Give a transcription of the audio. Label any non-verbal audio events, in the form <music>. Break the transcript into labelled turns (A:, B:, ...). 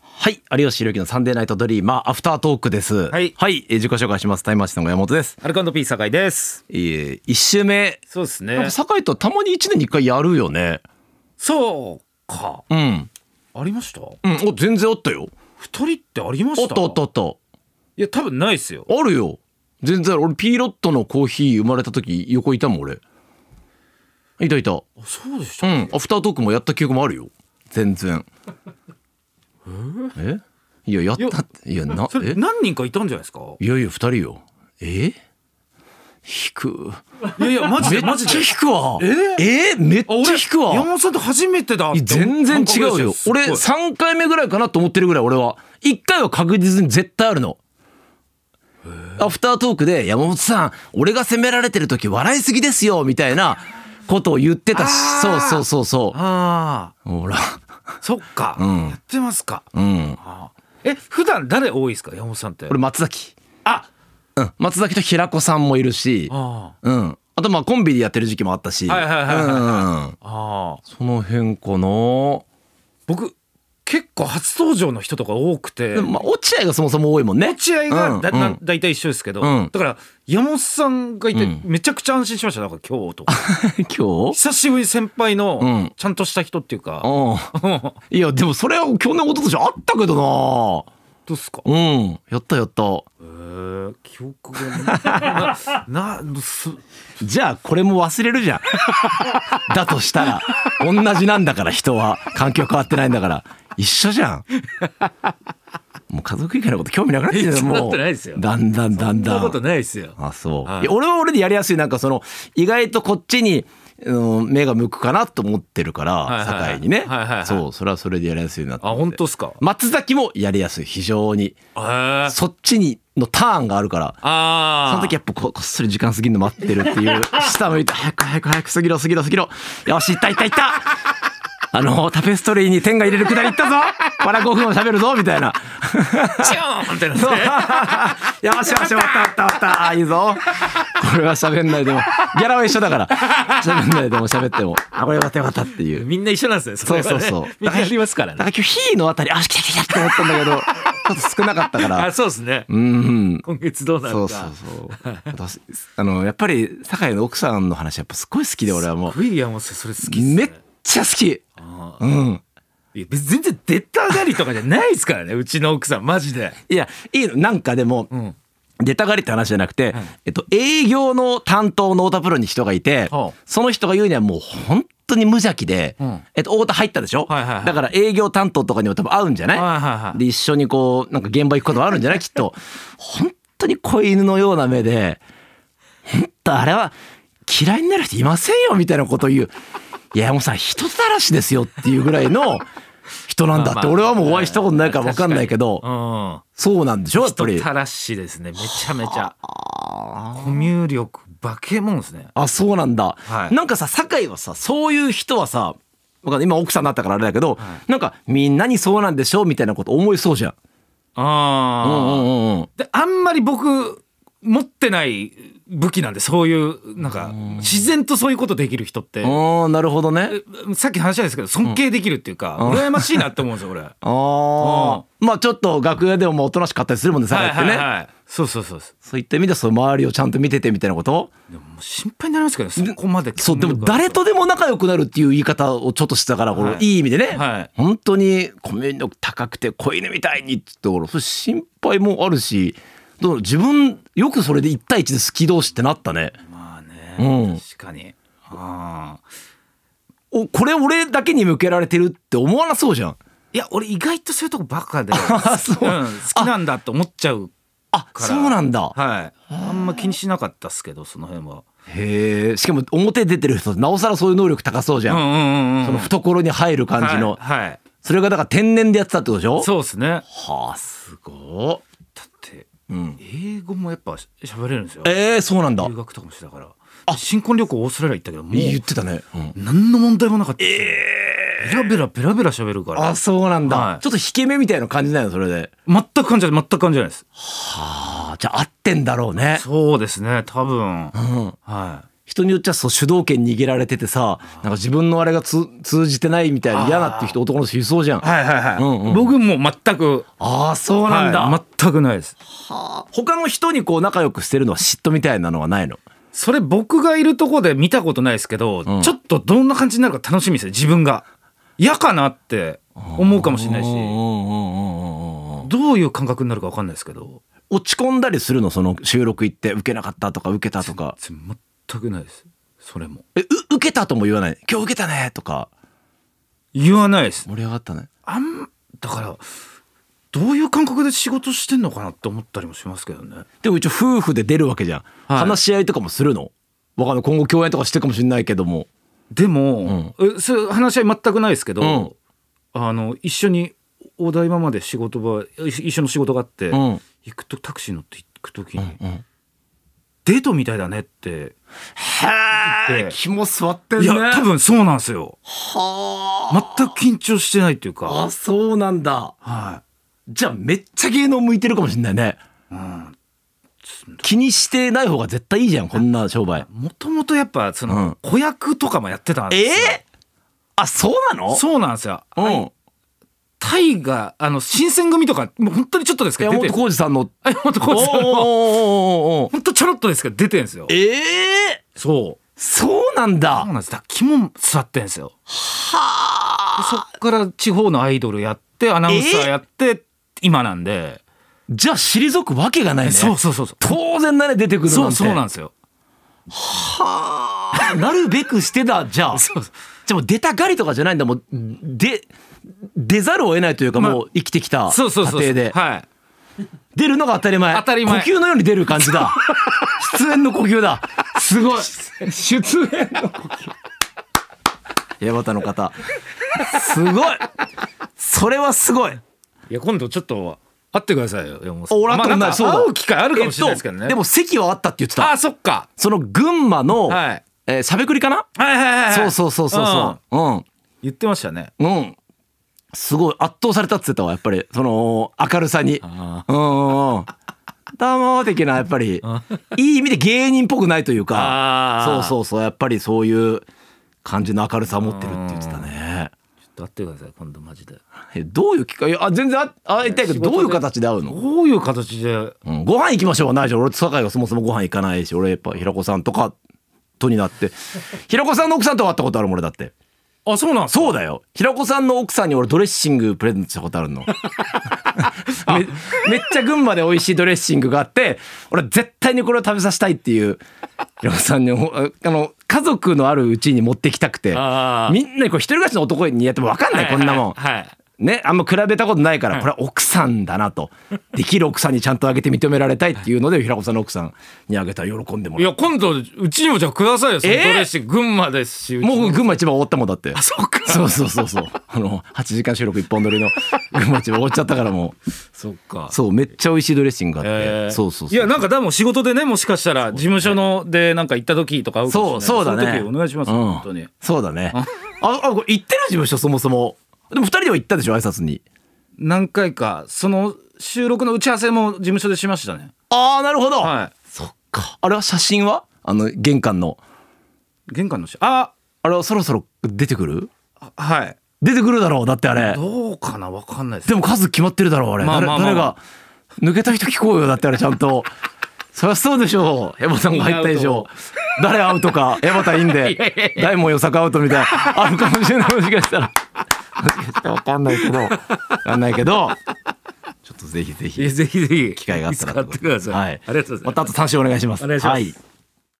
A: はい有吉弘行のサンデーナイトドリーマーアフタートークです
B: は
A: え
B: い
A: ー自己紹介しますタイマーシさんの山本です
B: アルカンドピース酒井です。
A: えー一週目
B: そうです
A: なん
B: ね
A: か。酒井とたまに一年に一回やるよね
B: そうか。
A: うん
B: ありました。
A: うんお全然あったよ
B: 二人ってありま
A: あ
B: し。
A: ったたあったあった
B: いや、多分ないですよ。
A: あるよ全然ある俺ピーロットのコーヒー生まれた時横いたもん俺いたいたうん
B: あそうでした。
A: アフタートークもやった記憶もあるよ全 <laughs> 然えいややったっていやな
B: それ
A: え
B: 何人かいたんじゃないですか。
A: いやいや二人よえ引く
B: いやいや、マジ
A: めっ
B: で、マジ
A: ちゃ
B: で。
A: 引くわ
B: え
A: えめっ
B: あ
A: ちゃ引くわ
B: 山本さんと初めてだって思った
A: 全然違う
B: 感覚で
A: よ
B: した
A: 俺
B: すっ
A: 3回目ぐらいかなと思ってるぐらい俺は1回は確実に絶対あるのアフタートークで山本さん俺が責められてる時笑いすぎですよみたいなことを言ってたし
B: あ
A: そう
B: ー
A: そうそうそ
B: ごいあ
A: うほら
B: あ、そっか、
A: ん
B: やってますか。
A: うん
B: あーえ、普段誰多いですか、山本さんって。
A: 俺松崎
B: あ、
A: うん松崎と平子さんもいるし
B: あ
A: うんあとまあコンビでやってる時期もあったし
B: はいはいはいはいはい
A: うん
B: あ、ああ、
A: その辺かな
B: 僕、結構初登場の人とか多くて。
A: でもまあ落合がそもそも多いもんね
B: 落合がだ,、
A: うん
B: な
A: うん
B: 大体一緒ですけど、
A: うん
B: だから山本さんがいて
A: うん
B: めちゃくちゃ安心しましたなんか今
A: <laughs>
B: 日とか
A: 今日
B: 久しぶりに先輩
A: うん
B: のちゃんとした人っていうか、
A: うん
B: <laughs> ど
A: いやでもそれは去年一昨年あったけど
B: うっすか、
A: なうんやったやった
B: えー、記憶がななす
A: じゃあこれも忘れるじゃん <laughs> だとしたら同じなんだから人は環境変わってないんだから一緒じゃんもう家族以外のこと興味なくなってる
B: いやそんな
A: も
B: ことないですよ
A: うだんだんだん
B: そん
A: だ
B: なこと
A: ん
B: ないですよ
A: あそう、
B: はい
A: いや俺は俺でやりやすいなんかその意外とこっちにうん目が向くかなと思ってるから、
B: いはいはい
A: 境にね、
B: はいはいはい
A: そうそれはそれでやりやすいなと
B: あ
A: 思っ
B: 本
A: て
B: 当っすか、
A: 松崎もやりやすい非常に
B: えー、
A: そっちにのターンがあるから、
B: あ
A: その時やっぱここっそり時間過ぎるの待ってるって
B: <laughs>
A: いう、下向いて、早く早く早く過ぎろ過ぎろ過ぎろ。よし、行った行った行ったあの、タペストリーに天が入れるくだり行ったぞまだ5分を喋るぞみたいな。
B: ぱチョーンってなって
A: そうよしよし、終わった終わった終わった。あーいいぞ。これは喋んないでも、ギャラは一緒だから、喋んないでも喋っても、あ、これよかったよかったっていう。
B: みんな一緒なんですねそれはね
A: そうそうそう
B: みんなありますから
A: だから
B: ね
A: 今日、ヒーのあたり、あ、来た来た来たって思ったんだけど、ちょっと少なかったから
B: <laughs> あ。そうですね、
A: うん。
B: 今月どうなるか
A: そうそうそう私あのやっぱり酒井の奥さんの話やっぱすごい好きで俺はも
B: すごい山本さんそれ好きっ
A: う
B: すね
A: めっちゃ好き
B: あ
A: うん
B: いや別に全然出たがりとかじゃないですからねうちの奥さんマジで。
A: いやいいのなんかでも、
B: うん
A: 出たがりって話じゃなくて、
B: ん
A: えっと、営業の担当の太田プロに人がいて、
B: はあ
A: その人が言うにはもう本当に無邪気で、
B: うん
A: えっと、太田入ったでしょ、
B: はいはいはい
A: だから営業担当とかにも多分合うんじゃない,、
B: はいはいはい
A: で一緒にこうなんか現場行くこともあるんじゃ
B: <laughs>
A: ないきっと本当に子犬のような目で本当あれは嫌いになる人いませんよみたいなことを言ういやもうさん人たらしですよっていうぐらいの人なんだって、
B: まあまあ
A: 俺はもうお会いしたことないから分かんないけど、
B: うん。
A: そうなんでしょやっぱり
B: 人。たらしですねめちゃめちゃ。コミュ力化け物ですね。
A: あそうなんだ、
B: はい
A: なんかさ酒井はさそういう人はさわかんない今奥さんになったからあれだけど、なんかみんなにそうなんでしょうみたいなこと思いそうじゃん。う
B: ああ、
A: んうんうん
B: であんまり僕持ってない武器なんでそういうなんか自然とそういうことできる人って。
A: うん、あーなるほどね。
B: さっき話したんですけど尊敬できるっていうか、羨ましいなって思うんです
A: <laughs>
B: よ俺は
A: ああ、まあちょっと楽屋でもまあおとなしかったりするもんね酒井
B: い
A: ってね、
B: はいはいそうそうそうそう
A: そういった意味ではその周りをちゃんと見ててみたいなこと
B: でももう心配になりますけどねそこまで
A: そうでも
B: コミュ力が
A: 誰とでも仲良くなるっていう言い方をちょっとしてたから、これ
B: はい
A: いい意味でね、
B: はい
A: 本当にコミュ力高くて子犬みたいにってところそれ心配もあるしだから自分よくそれで1対1で好き同士ってなったね
B: まあね、
A: うん
B: 確かに。ああ。
A: おこれ俺だけに向けられてるって思わなそうじゃん
B: いや、俺意外とそういうとこバカで。
A: <laughs> あそう
B: うん、好きなんだと思っちゃう。
A: あ
B: から
A: そうなんだ
B: はい。あんま気にしなかったっすけど、その辺は。
A: へえしかも表出てる人なおさらそういう能力高そうじ
B: う
A: ゃ
B: ん
A: ん、
B: うんうんうん。
A: その懐に入る感じの、
B: はい。はい
A: それがだから天然でやってたってことでしょ
B: そうですね。だ
A: はあすご
B: って、
A: い、うん、
B: 英語もやっぱし喋れるんですよ。
A: えー、そうなんだ
B: 留学とかもしてたから。新婚旅行オーストラリア行ったけど、もう。
A: 言ってたね、うん
B: 何の問題もなかったっすよ。ベラベラベラベラ喋るから。
A: あそうなんだ、
B: はい
A: ちょっと引け目みたいな感じなのそれで
B: 全く感じない、全く感じないです。
A: ああじゃあ合ってんだろうね
B: そうですね、多分。
A: うん
B: はい。
A: 人によっちゃそう主導権握られててさなんか自分のあれがつ通じてないみたいな嫌なっていう人男の人いそうじゃんあ
B: はいはいはい、
A: うんうん
B: 僕も全く
A: あーそうなんだ、
B: はい全くないです
A: 他の人にこう仲良くしてるのは嫉妬みたいなのはないの
B: それ僕がいるとこで見たことないですけど、
A: うん
B: ちょっとどんな感じになるか楽しみですね自分が嫌かなって思うかもしれないし
A: うんうんうんうんうんうん
B: どういう感覚になるか分かんないですけど
A: 落ち込んだりするのその収録行って受けなかったとか受けたとか
B: 全くないですそれも
A: えう受けたとも言わない今日受けたねとか
B: 言わないです
A: 盛り上がったね
B: あんだからどういう感覚で仕事してんのかなって思ったりもしますけどね
A: でも一応夫婦で出るわけじゃん、
B: はい
A: 話し合いとかもするのわかんない今後共演とかしてるかもしれないけども
B: でも、えそういう話し合い全くないですけど、あの一緒にお台場まで仕事場い一緒の仕事があって、
A: うん
B: 行くとタクシー乗って行く時に、デートみたいだねって
A: へ
B: え
A: 肝座ってん
B: い
A: ね
B: や多分そうなんですよ
A: はあ
B: 全く緊張してないっていうか
A: あそうなんだ
B: は
A: じゃあめっちゃ芸能向いてるかもしれないね
B: い、うん、
A: 気にしてない方が絶対いいじゃんこんな商売
B: もともとやっぱその、子役とかもやってたん
A: え
B: ですよ
A: ーあそうなの
B: そうなんですよ
A: う、ん、
B: タイがあの新選組とかもう本当にちょっとですけど
A: 山
B: 出て
A: 本浩
B: る
A: 二さんの
B: あ山本浩二さんも
A: おーおーおーおーおー
B: 本当ちょろっとですけど出てるんですよ
A: ええ
B: そう
A: そうなんだ
B: そうなんです。だから肝座ってんですよ。はそっから地方のアイドルやって、アナウンサーやって、今なんで。
A: じゃあ退くわけがないね
B: そうそうそうそう。
A: 当然だね出てくるの
B: そ
A: なん
B: う
A: て
B: そうなんですよ。
A: はあなるべくしてだじゃあ
B: そうそ
A: じゃあもう出たがりとかじゃないんだもうで出ざるを得ないというか、
B: まあ
A: もう生きてきた過
B: うそうそうそう。
A: 程で
B: はい。
A: 出るのが当たり前
B: 当たり前
A: 呼吸のように出る感じ
B: <laughs>
A: だ出演の呼吸だ
B: すごい。出演の。
A: 山田の方すごいそれはすごい
B: いや、今度ちょっと会ってくださいよ、山本さん。
A: 俺会ったこと
B: ま
A: な
B: あ
A: い
B: ん
A: そう
B: か
A: だ
B: 会う機会あるかもしれないですけど
A: えっ
B: ね。
A: とでも席はあったって言ってた
B: あ、そっか。
A: その群馬の、
B: はい
A: えーしゃべくりかな、
B: はいはいはいはい。
A: そうそうそうそうそう
B: ん
A: うん
B: 言ってましたね。
A: うん。すごい圧倒されたって言ってたわやっぱりその明るさに。うんうんうん。どうも的なやっぱりいい意味で芸人っぽくないというか
B: あ
A: そう
B: ー
A: そうそうやっぱりそういう感じの明るさを持ってるって言ってたね。
B: ちょっと会ってください、今度マジで。
A: えどういう機会いやあ全然あ会いたいけ
B: 仕
A: ど
B: 事で
A: どういう形で会うの、
B: どういう形で。
A: うん、ご飯行きましょうはないじゃん俺と酒井がそもそもご飯行かないし俺やっぱ平子さんとかとになって平子さんの奥さんとは会ったことあるもん俺だって。
B: あ、そうなんすか
A: そうだよ平子さんの奥さんに俺ドレッシングプレゼントしたことあるのめめっちゃ群馬で美味しいドレッシングがあって俺絶対にこれを食べさせたいっていう平子さんにほあの家族のあるうちに持ってきたくて
B: あー
A: みんなにこう一人暮らしの男にやっても分かんないこんなもん。
B: はいはいはい。
A: ね、あんま比べたことないからこれは奥さんだなとできる奥さんにちゃんとあげて認められたいっていうので平子さんの奥さんにあげたら喜んでも
B: い
A: らう
B: や今度うちにもじゃあくださいよそのドレッシング群馬ですしうちに
A: もう群馬一番終わったもんだって
B: あそうか
A: そうそうそうそう。 <laughs> あの8時間収録一本撮りの <laughs> 群馬地終わっちゃったからも
B: そっか
A: う。そうめっちゃ美味しいドレッシングがあって、
B: えー
A: そうそうそう。
B: いやなんかでも仕事でねもしかしたら事務所のでなんか行った時とか会うか
A: そ
B: も
A: う
B: しれ
A: そ
B: な
A: うだね。
B: その時お願いします、
A: うん
B: 本当に
A: そうだね。ああこれ行ってる事務所そもそも。でも二人では行ったでしょ挨拶に。
B: 何回かその収録の打ち合わせも事務所でしましたね
A: ああなるほど。
B: は
A: そっか。あれは写真はあの玄関の
B: い玄関のしあ
A: あれはそろそろ出てくる？
B: あはい
A: 出てくるだろうだってあれ。
B: どうかなわかんないです
A: でも数決まってるだろうあれ。
B: まあ
A: 誰
B: まあまあ
A: 誰が抜けた人聞こうよだってあれちゃんと。 <laughs> そりゃそうでしょう。エボさんが入った以上。誰会うとか、エボタいいん
B: <laughs>
A: で、大門よさかアウトみたいな、あるかもしれない、もしかしたら。もしかしたらわかんないけど、わかんないけど、ちょっとぜひぜ
B: いや
A: ひ、
B: ぜひぜひ
A: 機会があったら
B: いつか会ってください、
A: はい。
B: ありがとうございます
A: またあと3週お願いします。
B: お願いします
A: はい